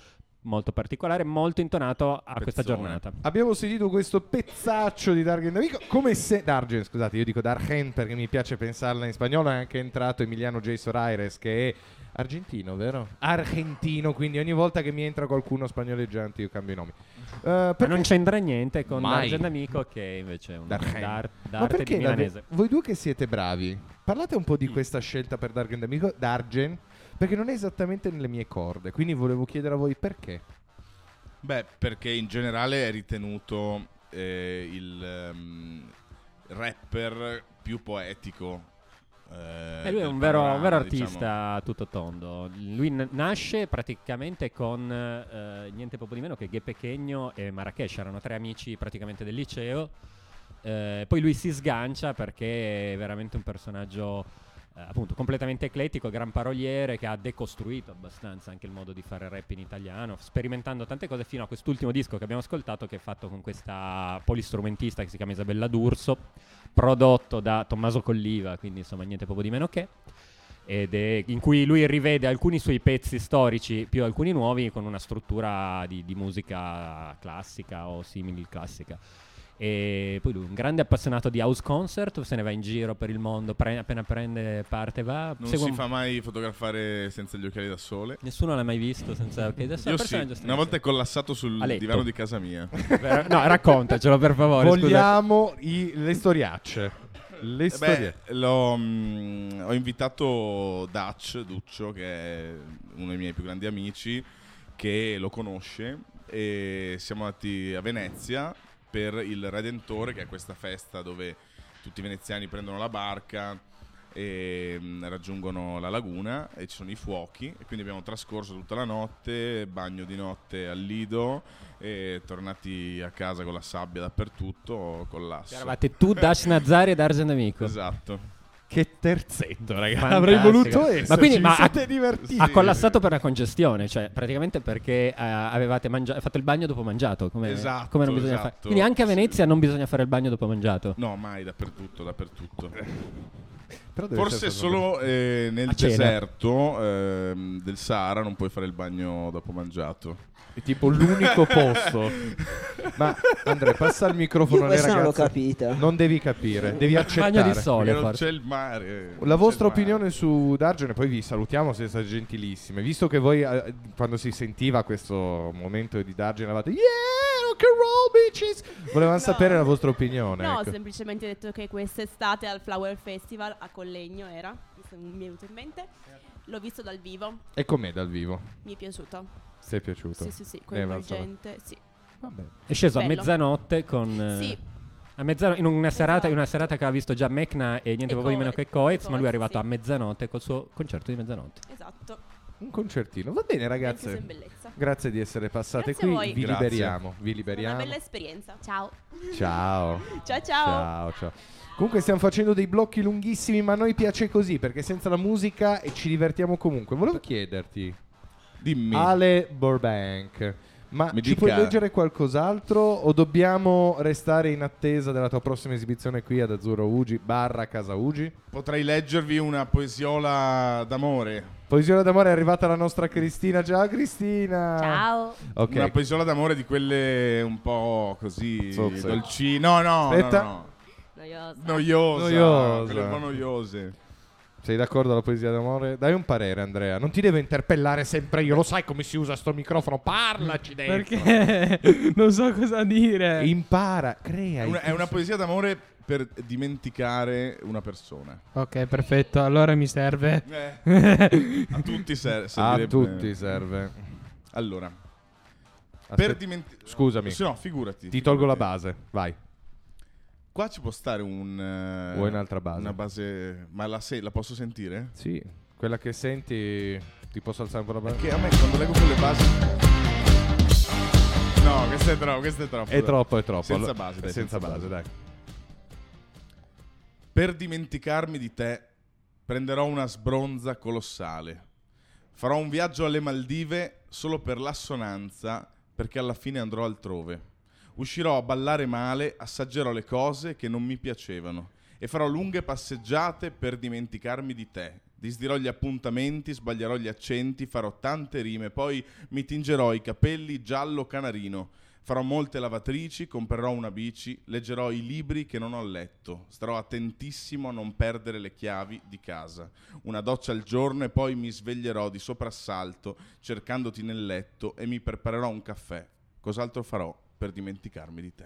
molto particolare, molto intonato a questa
Pezzone.
giornata.
Abbiamo sentito questo pezzaccio di Dargen D'Amico, come se... Dargen, scusate, io dico Dargen perché mi piace pensarla in spagnolo, è anche entrato Emiliano J. Soraires che è argentino, vero? Argentino, quindi ogni volta che mi entra qualcuno spagnoleggiante io cambio i nomi. Eh,
Ma
perché-
non c'entra niente con
Mai.
D'Argent Amico che è invece è un
D'Argent.
dar-
Ma
d'arte
perché
di
Dargen-
milanese. Mm.
voi due che siete bravi, parlate un po' di questa scelta per Dargen D'Amico, Dargen, perché non è esattamente nelle mie corde, quindi volevo chiedere a voi perché.
Beh, perché in generale è ritenuto eh, il ehm, rapper più poetico. eh,
E lui è
del
un vero,
panorama,
un vero
diciamo.
artista tutto tondo. Lui n- nasce praticamente con eh, niente poco di meno che Ghe Pechegno e Marrakesh, erano tre amici praticamente del liceo. Eh, poi lui si sgancia perché è veramente un personaggio eh, appunto completamente eclettico, gran paroliere che ha decostruito abbastanza anche il modo di fare rap in italiano, sperimentando tante cose fino a quest'ultimo disco che abbiamo ascoltato che è fatto con questa polistrumentista che si chiama Isabella D'Urso, prodotto da Tommaso Colliva, quindi insomma niente proprio di meno che ed è in cui lui rivede alcuni suoi pezzi storici più alcuni nuovi con una struttura di, di musica classica o simili classica. E poi lui è un grande appassionato di house concert, se ne va in giro per il mondo, pre- appena prende parte va.
Non
segue
si
un-
fa mai fotografare senza gli occhiali da sole.
Nessuno l'ha mai visto senza... ok, adesso è un
Io sì,
personaggio
una
[laughs]
volta è collassato sul
A letto.
divano di casa mia.
strano. Eh, No, raccontacelo per favore. scusa.
Vogliamo i- le storiacce. Le
Eh Beh,
storie.
l'ho, mm, ho invitato Dutch, Duccio, che è uno dei miei più grandi amici, che lo conosce, e siamo andati a Venezia per il Redentore, che è questa festa dove tutti i veneziani prendono la barca e mm, raggiungono la laguna e ci sono i fuochi e quindi abbiamo trascorso tutta la notte bagno di notte al lido e tornati a casa con la sabbia dappertutto con l'asso
Eravate tu, Dash Nazari ed Argent Amico.
esatto
Che terzetto, ragazzi.
Fantastico.
Avrei voluto
Ma
esserci.
quindi- ma-
vi siete divertiti.
Ha collassato per la congestione, cioè praticamente perché eh, avevate mangia- fatto il bagno dopo mangiato. Come,
Esatto,
come non bisogna
esatto.
fare. Quindi anche a
Sì.
Venezia non bisogna fare il bagno dopo mangiato.
Eh,
No, mai, dappertutto, dappertutto.
Però deve
Forse
essere stato-
solo eh, nel
A cena.
deserto ehm, del Sahara non puoi fare il bagno dopo mangiato.
È tipo
[laughs]
l'unico posto. Ma Andrea, passa il microfono
Io
alle
questo
ragazze.
non l'ho capito.
Non devi capire, devi
Bagno di
accettare.
sole.
Perché non
forse.
c'è il mare.
La vostra
non c'è il mare.
opinione su Dargen, poi vi salutiamo se siete gentilissime. Visto che voi eh, quando si sentiva questo momento di Dargen eravate Yeah, rock and roll bitches! Volevamo
[laughs] No.
sapere la vostra opinione.
No, ho
ecco.
semplicemente detto che quest'estate al Flower Festival a Collegno era, se mi è venuto in mente, l'ho visto dal vivo,
E com'è dal vivo?
mi è piaciuto.
Se è piaciuto? Eh,
Sì, sì, sì,
Ne è valsa la-
coinvolgente, sì.
Vabbè.
È sceso a
Bello.
mezzanotte con... eh,
Sì.
A mezzanotte, in una serata, in una
Esatto.
serata che ha visto già Mecna e niente
E
proprio di meno
Coez,
che Coez,
e
ma lui è
Coez,
arrivato
sì.
a mezzanotte col suo concerto di mezzanotte.
Esatto, è
Un concertino. Va bene,
chiuso in
ragazze.
bellezza.
Grazie di essere passate
Grazie a
qui.
voi.
Vi
Grazie.
liberiamo. Vi
Una
liberiamo.
bella esperienza.
Ciao.
Ciao.
[laughs] Ciao ciao.
Ciao, ciao. Comunque stiamo facendo dei blocchi lunghissimi, ma a noi piace così perché senza la musica e ci divertiamo comunque. Volevo chiederti,
Dimmi.
Ale Burbank, ma
Mi
ci
dica.
puoi leggere qualcos'altro o dobbiamo restare in attesa della tua prossima esibizione qui ad Azzurro Ugi barra Casa Ugi?
Potrei leggervi una poesiola d'amore.
Poesia d'amore è arrivata la nostra Cristina. Ciao Cristina!
Ciao.
Ok,
Una poesiola d'amore di quelle un po' così
Zozze.
dolci. No, no, no,
Aspetta.
no.
Noiosa.
Noiosa.
Noiosa.
Quelle un po' noiose.
sei d'accordo alla poesia d'amore? Dai un parere Andrea, non ti devo interpellare sempre io, lo sai come si usa sto microfono, parlaci dentro! Eh.
Perché
ecco.
[laughs] non so cosa dire.
Impara, crea.
È una, è
il-
una poesia d'amore per dimenticare una persona.
Ok, perfetto. Allora mi serve.
Eh.
[laughs]
a tutti ser-
A
servirebbe-
tutti serve.
Allora, per
Aspetta,
dimenticare...
Scusami.
Sì, no, figurati.
Ti tolgo la
figurati.
base, vai.
Qua ci può stare un... eh,
Vuoi un'altra base?
Una base... Ma la, se- la posso sentire?
Sì. Quella che senti, ti posso alzare un po' la base?
Che a me quando leggo quelle basi... No, questa è troppo, questa è troppo.
È troppo, è troppo.
Senza
Allora-
base, dai,
senza,
senza
base,
base.
dai.
Per dimenticarmi di te, prenderò una sbronza colossale. Farò un viaggio alle Maldive solo per l'assonanza, perché alla fine andrò altrove. Uscirò a ballare male, assaggerò le cose che non mi piacevano e farò lunghe passeggiate per dimenticarmi di te. Disdirò gli appuntamenti, sbaglierò gli accenti, farò tante rime, poi mi tingerò i capelli giallo canarino. Farò molte lavatrici, comprerò una bici, leggerò i libri che non ho letto, starò attentissimo a non perdere le chiavi di casa. Una doccia al giorno e poi mi sveglierò di soprassalto cercandoti nel letto e mi preparerò un caffè. Cos'altro farò per dimenticarmi di te?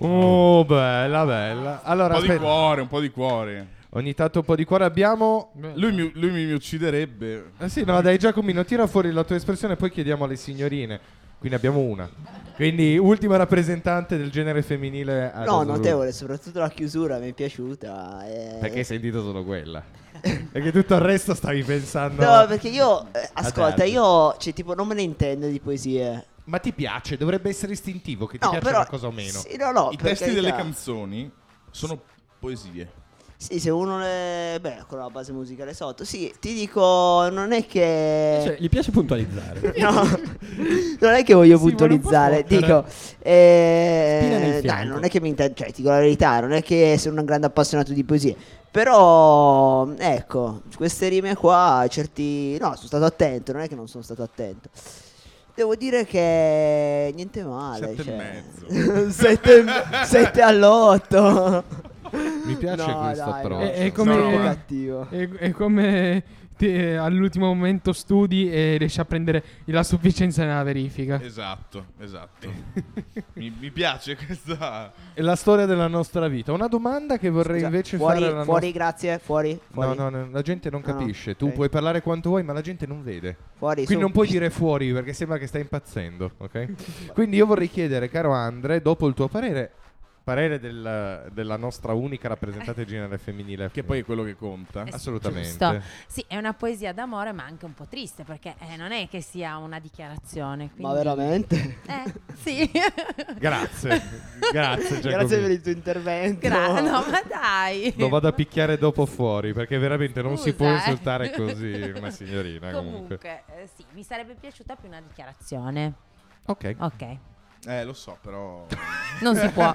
Oh, bella, bella.
Un
Allora,
po' di
aspetta.
cuore, un po' di cuore.
Ogni tanto un po' di cuore abbiamo...
Lui mi, lui mi- mi ucciderebbe.
Eh sì, no, dai Giacomino, tira fuori la tua espressione e poi chiediamo alle signorine. Qui ne abbiamo una. Quindi, ultima rappresentante del genere femminile. ad
No,
Azzurro.
notevole, soprattutto la chiusura mi è piaciuta. eh.
Perché hai sentito solo quella? [laughs] perché tutto il resto stavi pensando...
No, perché io, eh, ascolta,
Adardi.
io, cioè, tipo, non me ne intendo di poesie.
Ma ti piace? Dovrebbe essere istintivo che ti
No,
piace
però,
una cosa o meno.
Sì, no, no,
I
per
testi delle
carità.
canzoni sono poesie.
Sì, se uno le... Beh, con la base musicale sotto. Sì, ti dico, non è che...
Cioè, gli piace puntualizzare.
[laughs] No, non è che voglio
Sì, ma non
puntualizzare,
può
dico,
Spina nel
eh, dai,
fianco.
non è che mi intendo, cioè, ti dico la verità, non è che sono un grande appassionato di poesie, però, ecco, queste rime qua, certi, no, sono stato attento, non è che non sono stato attento. Devo dire che niente male.
Sette e
cioè.
mezzo.
[laughs] sette, sette all'otto.
Mi piace
No,
questo
dai, no,
approccio.
È,
sono
è come,
No,
troppo
eh.
cattivo.
è- è come ti- eh, all'ultimo momento studi e riesci a prendere la sufficienza nella verifica.
Eh,
Esatto,
[laughs]
esatto. mi, mi piace questa.
È la storia della nostra vita. Una domanda che vorrei
Scusa,
invece
fuori,
fare alla
fuori,
nostra-
grazie, fuori, fuori,
No, no, no, la gente non
Ah, no,
capisce. Tu
ok.
puoi parlare quanto vuoi, ma la gente non vede.
fuori,
Quindi
su.
non puoi dire fuori perché sembra che stai impazzendo,
[laughs]
ok? Quindi io vorrei chiedere, caro Andre, dopo il tuo parere, parere del- della nostra unica rappresentante di genere femminile.
Che
Eh
poi è quello che conta.
Assolutamente.
Giusto. Sì, è una poesia d'amore, ma anche un po' triste, perché eh, non è che sia una dichiarazione.
Ma
quindi-
veramente?
[laughs] Eh, sì.
[laughs]
[laughs]
Grazie. [laughs] Grazie,
Grazie per
Giacomino.
il tuo intervento.
Gra- no, ma dai.
[laughs] Lo vado a picchiare dopo fuori perché veramente non si
Scusa,
può
eh. [laughs]
insultare
[laughs]
così una signorina comunque.
Comunque, eh, sì, mi sarebbe piaciuta più una dichiarazione.
Ok.
Ok.
Eh, lo so, però.
[laughs]
Non si può.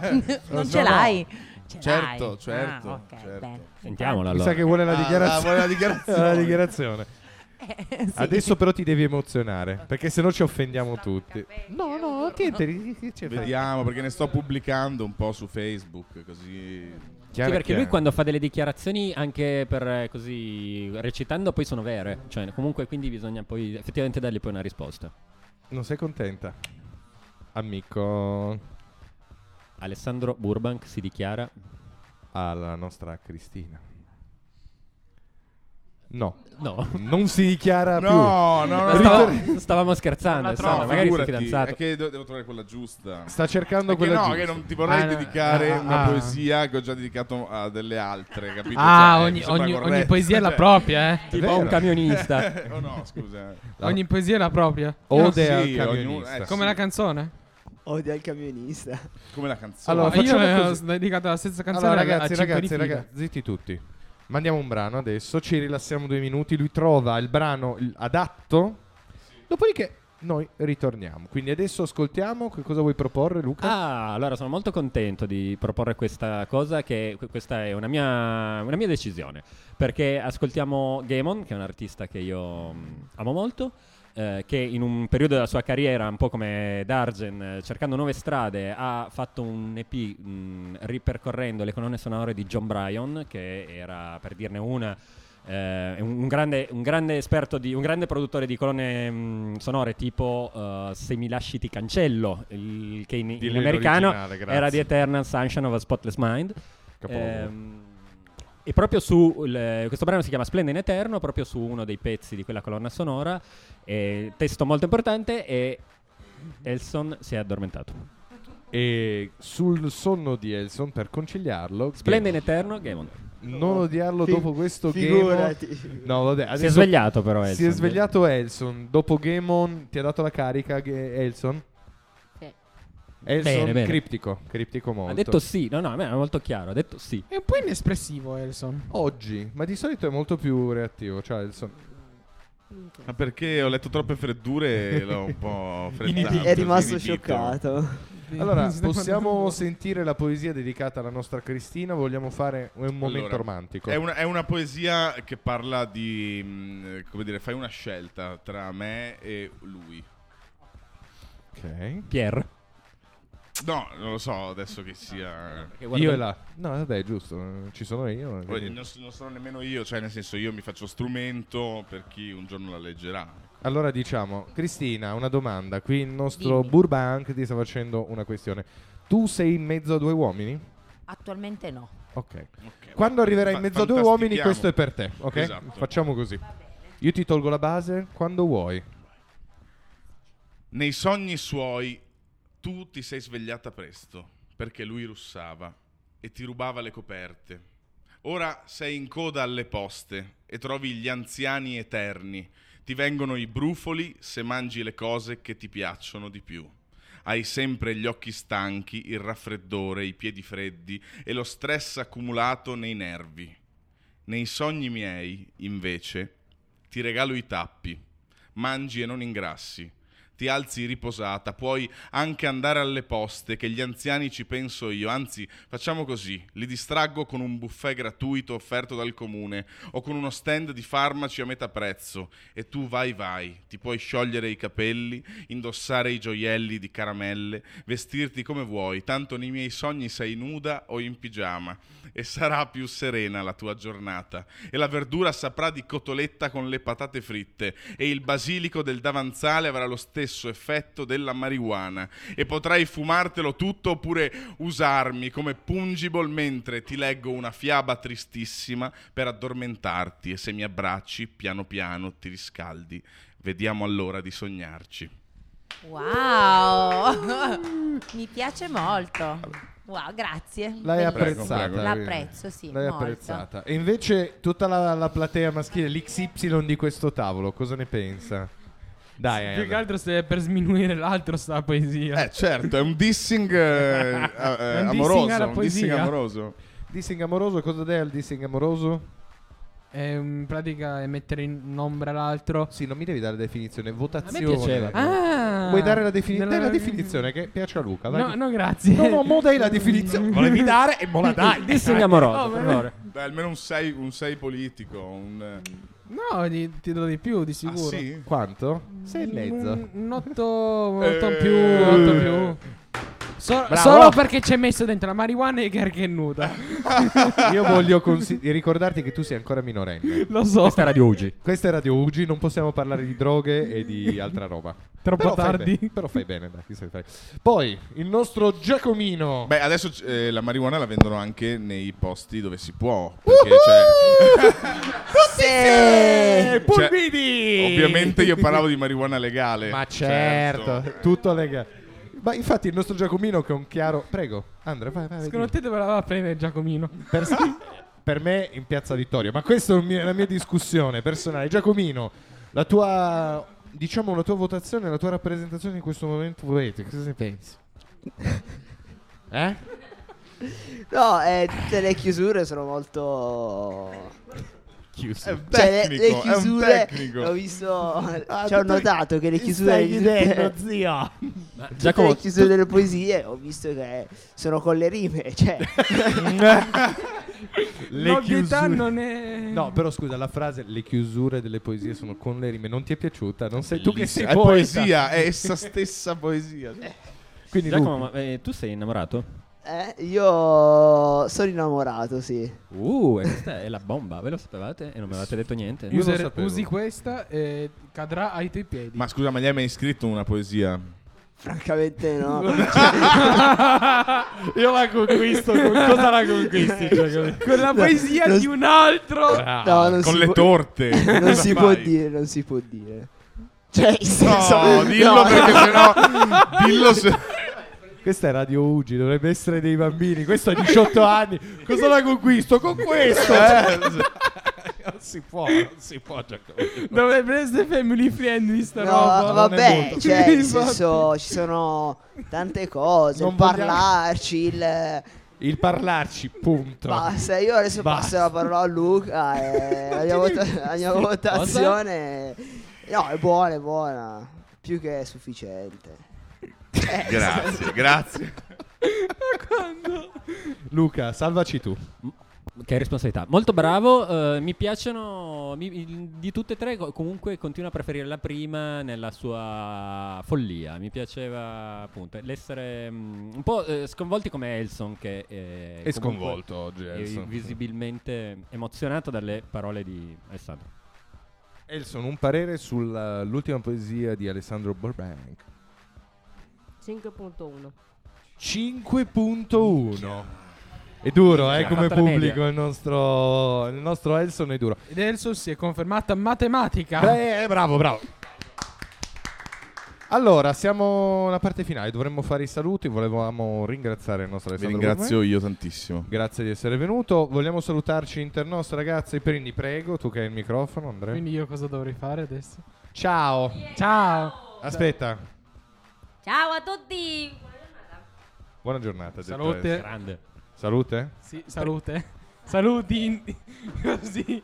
non ce l'hai. Ce
Certo,
l'hai?
certo,
Ah, ok,
certo.
bene.
Sentiamola
Mi
allora.
sa che [laughs] vuole la
Ah,
dichiarazione.
vuole la dichiarazione.
La dichiarazione.
Eh, [laughs] sì.
Adesso però ti devi emozionare, perché sennò ci offendiamo tutti. No, no, niente, che ce frega?
Vediamo perché ne sto pubblicando un po' su Facebook così
Chiaro,
sì, perché
chiaro.
lui quando fa delle dichiarazioni anche per eh, così recitando poi sono vere, cioè comunque quindi bisogna poi effettivamente dargli poi una risposta.
Non sei contenta? Amico
Alessandro Burbank si dichiara
alla nostra Cristina. No,
no.
non si dichiara
No,
Ah, più.
no, no,
Ma
no.
[laughs] stavo- stavamo scherzando,
La
Alessandro,
trova,
magari sei
figurati,
fidanzato.
È che de- devo trovare quella giusta.
Sta cercando
Perché
quella
no,
giusta.
che non ti vorrei
Ah, no,
dedicare
ah,
una
ah.
poesia che ho già dedicato a delle altre, capito?
Ah,
Cioè,
ogni,
mi sembra
ogni- ogni
corretto,
poesia è la
[laughs]
[laughs] cioè-
propria, eh?
Tipo
Vero.
un
[laughs]
camionista.
oh no, scusa. Oh
La-
Ogni poesia è la propria.
Ode
Sì,
al
ognuno-
camionista.
eh,
Come
sì.
la canzone?
Odia il camionista.
Come la canzone.
Allora,
No, io
facciamo
ho
così.
dedicato la stessa canzone
Allora,
a- a
ragazzi,
cinque di
ragazzi,
fila.
ragazzi, zitti tutti. Mandiamo un brano adesso, ci rilassiamo due minuti, lui trova il brano il- adatto, dopodiché noi ritorniamo. Quindi adesso ascoltiamo, che cosa vuoi proporre Luca?
Ah, allora sono molto contento di proporre questa cosa, che que- questa è una mia, una mia decisione, perché ascoltiamo Gamon, che è un artista che io mh, amo molto, eh, che in un periodo della sua carriera, un po' come Dargen, eh, cercando nuove strade, ha fatto un EP mh, ripercorrendo le colonne sonore di John Bryan, che era, per dirne una, eh, è un, un grande, un grande esperto, di, un grande produttore di colonne mh, sonore tipo eh, Se mi lasci ti cancello, il- che in, in
Dillo in
americano
originale, grazie.
era di Eternal Sunshine of a Spotless Mind.
Capolavoro.
Ehm, e proprio su il- questo brano si chiama Splende in Eterno, proprio su uno dei pezzi di quella colonna sonora, eh, testo molto importante e Elson si è addormentato.
E sul sonno di Elson, per conciliarlo,
Splende in Eterno, Gamon.
non odiarlo
Fi-
dopo questo game.
Figurati.
No, vabbè,
Si è
adesso-
svegliato però Elson.
Si è svegliato Elson. Dopo Gamon ti ha dato la carica Ge- Elson?
Sì.
Elson
Bene, bene.
criptico, criptico molto.
Ha detto sì, no no, a me era molto chiaro, ha detto sì.
È un po' inespressivo, Elson.
oggi, ma di solito è molto più reattivo, cioè Elson.
Ma perché ho letto troppe freddure e l'ho un po' freddato.
È rimasto
inibito.
scioccato.
[laughs]
Allora,
Sta
possiamo
guardando-
sentire la poesia dedicata alla nostra Cristina, vogliamo fare un momento
Allora,
romantico.
È una, è una poesia che parla di, mh, come dire, fai una scelta tra me e lui.
Ok.
Pierre.
No, non lo so adesso che sia...
Perché
Io
guarda-
e la. No, vabbè, giusto, eh, ci sono io.
Poi
quindi-
Non, s- non sono nemmeno io, cioè nel senso io mi faccio strumento per chi un giorno la leggerà.
Allora diciamo, Cristina, una domanda. Qui il nostro
Dimmi.
Burbank ti sta facendo una questione. Tu sei in mezzo a due uomini?
Attualmente no.
Ok.
Ok.
Quando arriverai in
Fa-
mezzo a due uomini,
fantastichiamo.
questo è per te, ok?
Esatto.
Facciamo così. Io ti tolgo la base quando vuoi.
Nei sogni suoi tu ti sei svegliata presto perché lui russava e ti rubava le coperte. Ora sei in coda alle poste e trovi gli anziani eterni. Ti vengono i brufoli se mangi le cose che ti piacciono di più. Hai sempre gli occhi stanchi, il raffreddore, i piedi freddi e lo stress accumulato nei nervi. Nei sogni miei, invece, ti regalo i tappi. Mangi e non ingrassi. Ti alzi riposata, puoi anche andare alle poste, che gli anziani ci penso io. Anzi, facciamo così: li distraggo con un buffet gratuito offerto dal comune o con uno stand di farmaci a metà prezzo. E tu vai, vai, ti puoi sciogliere i capelli, indossare i gioielli di caramelle, vestirti come vuoi. Tanto nei miei sogni sei nuda o in pigiama e sarà più serena la tua giornata e la verdura saprà di cotoletta con le patate fritte e il basilico del davanzale avrà lo stesso effetto della marijuana e potrai fumartelo tutto oppure usarmi come pungible mentre ti leggo una fiaba tristissima per addormentarti e se mi abbracci piano piano ti riscaldi. Vediamo allora di sognarci.
Wow! [laughs] Mi piace molto. Wow, grazie.
L'hai
Bellissimo.
apprezzata.
prego.
quindi.
L'apprezzo, sì,
L'hai
molto.
apprezzata. E invece tutta la, la platea maschile, l'XY di questo tavolo, cosa ne pensa? Dai, eh,
Più che
Anna.
altro se è per sminuire l'altro sta poesia.
Eh certo, è
[laughs]
un dissing eh,
dissing
amoroso,
alla un dissing poesia.
amoroso.
dissing amoroso, cosa dai al dissing amoroso?
è in pratica è mettere in ombra l'altro.
Sì, non mi devi dare definizione, votazione.
piaceva. Ah!
Vuoi dare la, defini-
Nella-
dai la definizione che piace a Luca? Vai.
No, no, grazie.
No, no, mo dai la definizione.
[laughs]
Volevi dare e mo la
[laughs]
dai.
Dissegna amoroso, per favore.
Beh, almeno un 6 un sei politico. Un... Ah,
No, di- ti do di più, di sicuro. Mm,
sì?
Quanto? Sei e mezzo.
Un, un 8, un 8
Eh.
più, un 8 più. So-
Bravo.
solo perché c'è messo dentro la marijuana e che è nuda.
[laughs]
Io voglio consi- ricordarti che tu sei ancora minorenne.
Lo so.
Questa è Radio Ugi.
Questa è Radio UG, non possiamo parlare di droghe e di altra roba.
[laughs] Troppo
Però fai
tardi.
bene, però fai bene, dai, chi se ne frega. Poi, il nostro Giacomino.
Beh, adesso eh, la marijuana la vendono anche nei posti dove si può.
Uh-huh!
Perché c'è.
[laughs] Eh,
Cioè,
Pulvini!
Ovviamente io parlavo di marijuana legale.
Ma certo, tutto legato. Ma infatti il nostro Giacomino che è un chiaro... Prego, Andrea, vai, vai. vai,
Secondo
dimmi.
te dove la va a prendere Giacomino?
Per, per me in Piazza Vittorio, ma questa è un mio- la mia discussione personale. Giacomino, la tua diciamo la tua votazione, la tua rappresentazione in questo momento poetico, cosa ne pensi? Eh?
No, eh, tutte le chiusure sono molto...
Eh,
È un
Cioè, le- le,
tecnico, è un
chiusure...
tecnico. Ah,
Ho visto... ci ho notato che le chiusure...
zio.
Tutte
Giacomo,
le chiusure delle poesie ho visto che sono con le rime,
[laughs]
cioè...
L'ovvietà non è...
No, però scusa, la frase le chiusure delle poesie sono con le rime, non ti è piaciuta? Non sei tu che sei
è
poeta.
poesia, è essa
[laughs]
stessa poesia.
Quindi
Giacomo,
Luca,
ma, eh, tu sei innamorato?
Eh, io sono innamorato, sì.
Uh, e questa è la bomba, ve lo sapevate e non mi avevate detto niente?
Io-
User-
lo sapevo.
usi questa e cadrà ai tuoi piedi.
Ma scusa, ma gli hai mai scritto una poesia?
Francamente no.
Io la conquisto. Con cosa la conquisti? Giacomo?
Con la poesia
lo-
di un altro.
Ah,
No, non
Ah, Con
si
le
può-
[laughs]
torte.
Non si
Vai.
può dire, non si può dire. Cioè, in senso...
No, dillo perché sennò
[laughs]
dillo se
questa è Radio Ugi, dovrebbe essere dei bambini, questo ha 18 anni. Cosa la conquisto con questo? [laughs]
Non si può, non si può, Giacomo.
Dovrebbe essere family friendly sta
No,
roba. non è
vabbè,
molto.
cioè, nel
Infatti.
senso, ci sono tante cose,
Non
il
vogliamo-
parlarci, il...
Il parlarci, punto.
Basta, io adesso passo la parola a Luca e [laughs] la mia, vota- la mia votazione... No, è buona, è buona. Più che sufficiente.
Grazie, grazie.
Luca, salvaci tu.
Che responsabilità. Molto bravo, eh, mi piacciono mi- il- di tutte e tre, co- comunque continuo a preferire la prima nella sua follia. Mi piaceva appunto l'essere mm, un po' eh, sconvolti come Elson che eh,
È
comunque eh,
sconvolto oggi.
è
Elson.
visibilmente emozionato dalle parole di Alessandro.
Elson, un parere sull'ultima poesia di Alessandro Burbank.
5.1.
5.1. È duro, eh,
Minchia,
come
ha fatto la
pubblico
media.
il nostro, il nostro Elson è duro.
Ed Elson si è confermata matematica.
Ah.
Eh, bravo, bravo. Allora, siamo alla parte finale, dovremmo fare i saluti, volevamo ringraziare il nostro
Vi
Alessandro
ringrazio io tantissimo.
Burbank. Grazie di essere venuto. Vogliamo salutarci internos, ragazzi. Prendi, prego, tu che hai il microfono, Andrea.
Quindi io cosa dovrei fare adesso?
Ciao.
Ciao.
Aspetta.
Ciao a tutti!
Buona giornata. ha detto
Salute.
Elson.
Grande.
Salute.
Sì, salute. Saluti. in- [laughs] Così.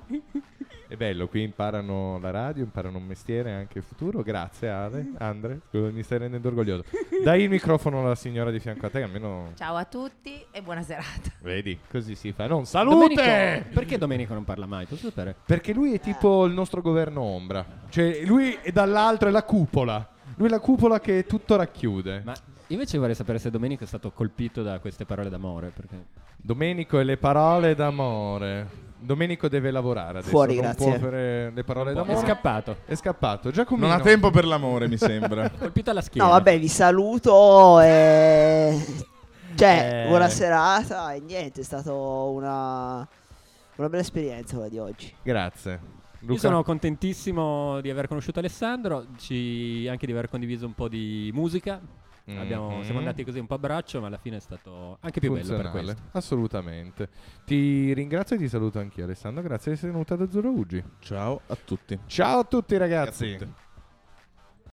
È bello, qui imparano la radio, imparano un mestiere anche il futuro. Grazie Ale, Andre, scusa, mi stai rendendo orgoglioso. Dai il microfono alla signora di fianco a te, almeno
Ciao a tutti e buona serata.
vedi, così si fa. Non
Domenico,
salute!
perché Domenico non parla mai? Posso sapere?
Perché lui è tipo il nostro governo ombra. Cioè, lui è dall'altro, è la cupola. Lui è la cupola che tutto racchiude.
Ma invece vorrei sapere se Domenico è stato colpito da queste parole d'amore. Perché
Domenico e le parole d'amore. Domenico deve lavorare adesso,
Fuori,
non
grazie.
può fare le parole
è
d'amore.
scappato.
è scappato. Giacomino.
Non ha tempo per l'amore,
[laughs]
mi sembra.
Colpito alla schiena.
No, vabbè, vi saluto e... Cioè,
Eh.
buona serata e niente, è stata una... una bella esperienza quella di oggi.
Grazie.
Io
Luca?
sono contentissimo di aver conosciuto Alessandro, ci- anche di aver condiviso un po' di musica. Abbiamo-
Mhm.
siamo andati così un po' a braccio, ma alla fine è stato anche più bello per
funzionale.
questo.
Assolutamente. Ti ringrazio e ti saluto anch'io, Alessandro. Grazie di essere venuto ad Azzurro Uggi.
Ciao a tutti.
Ciao a tutti, ragazzi.
A tutti.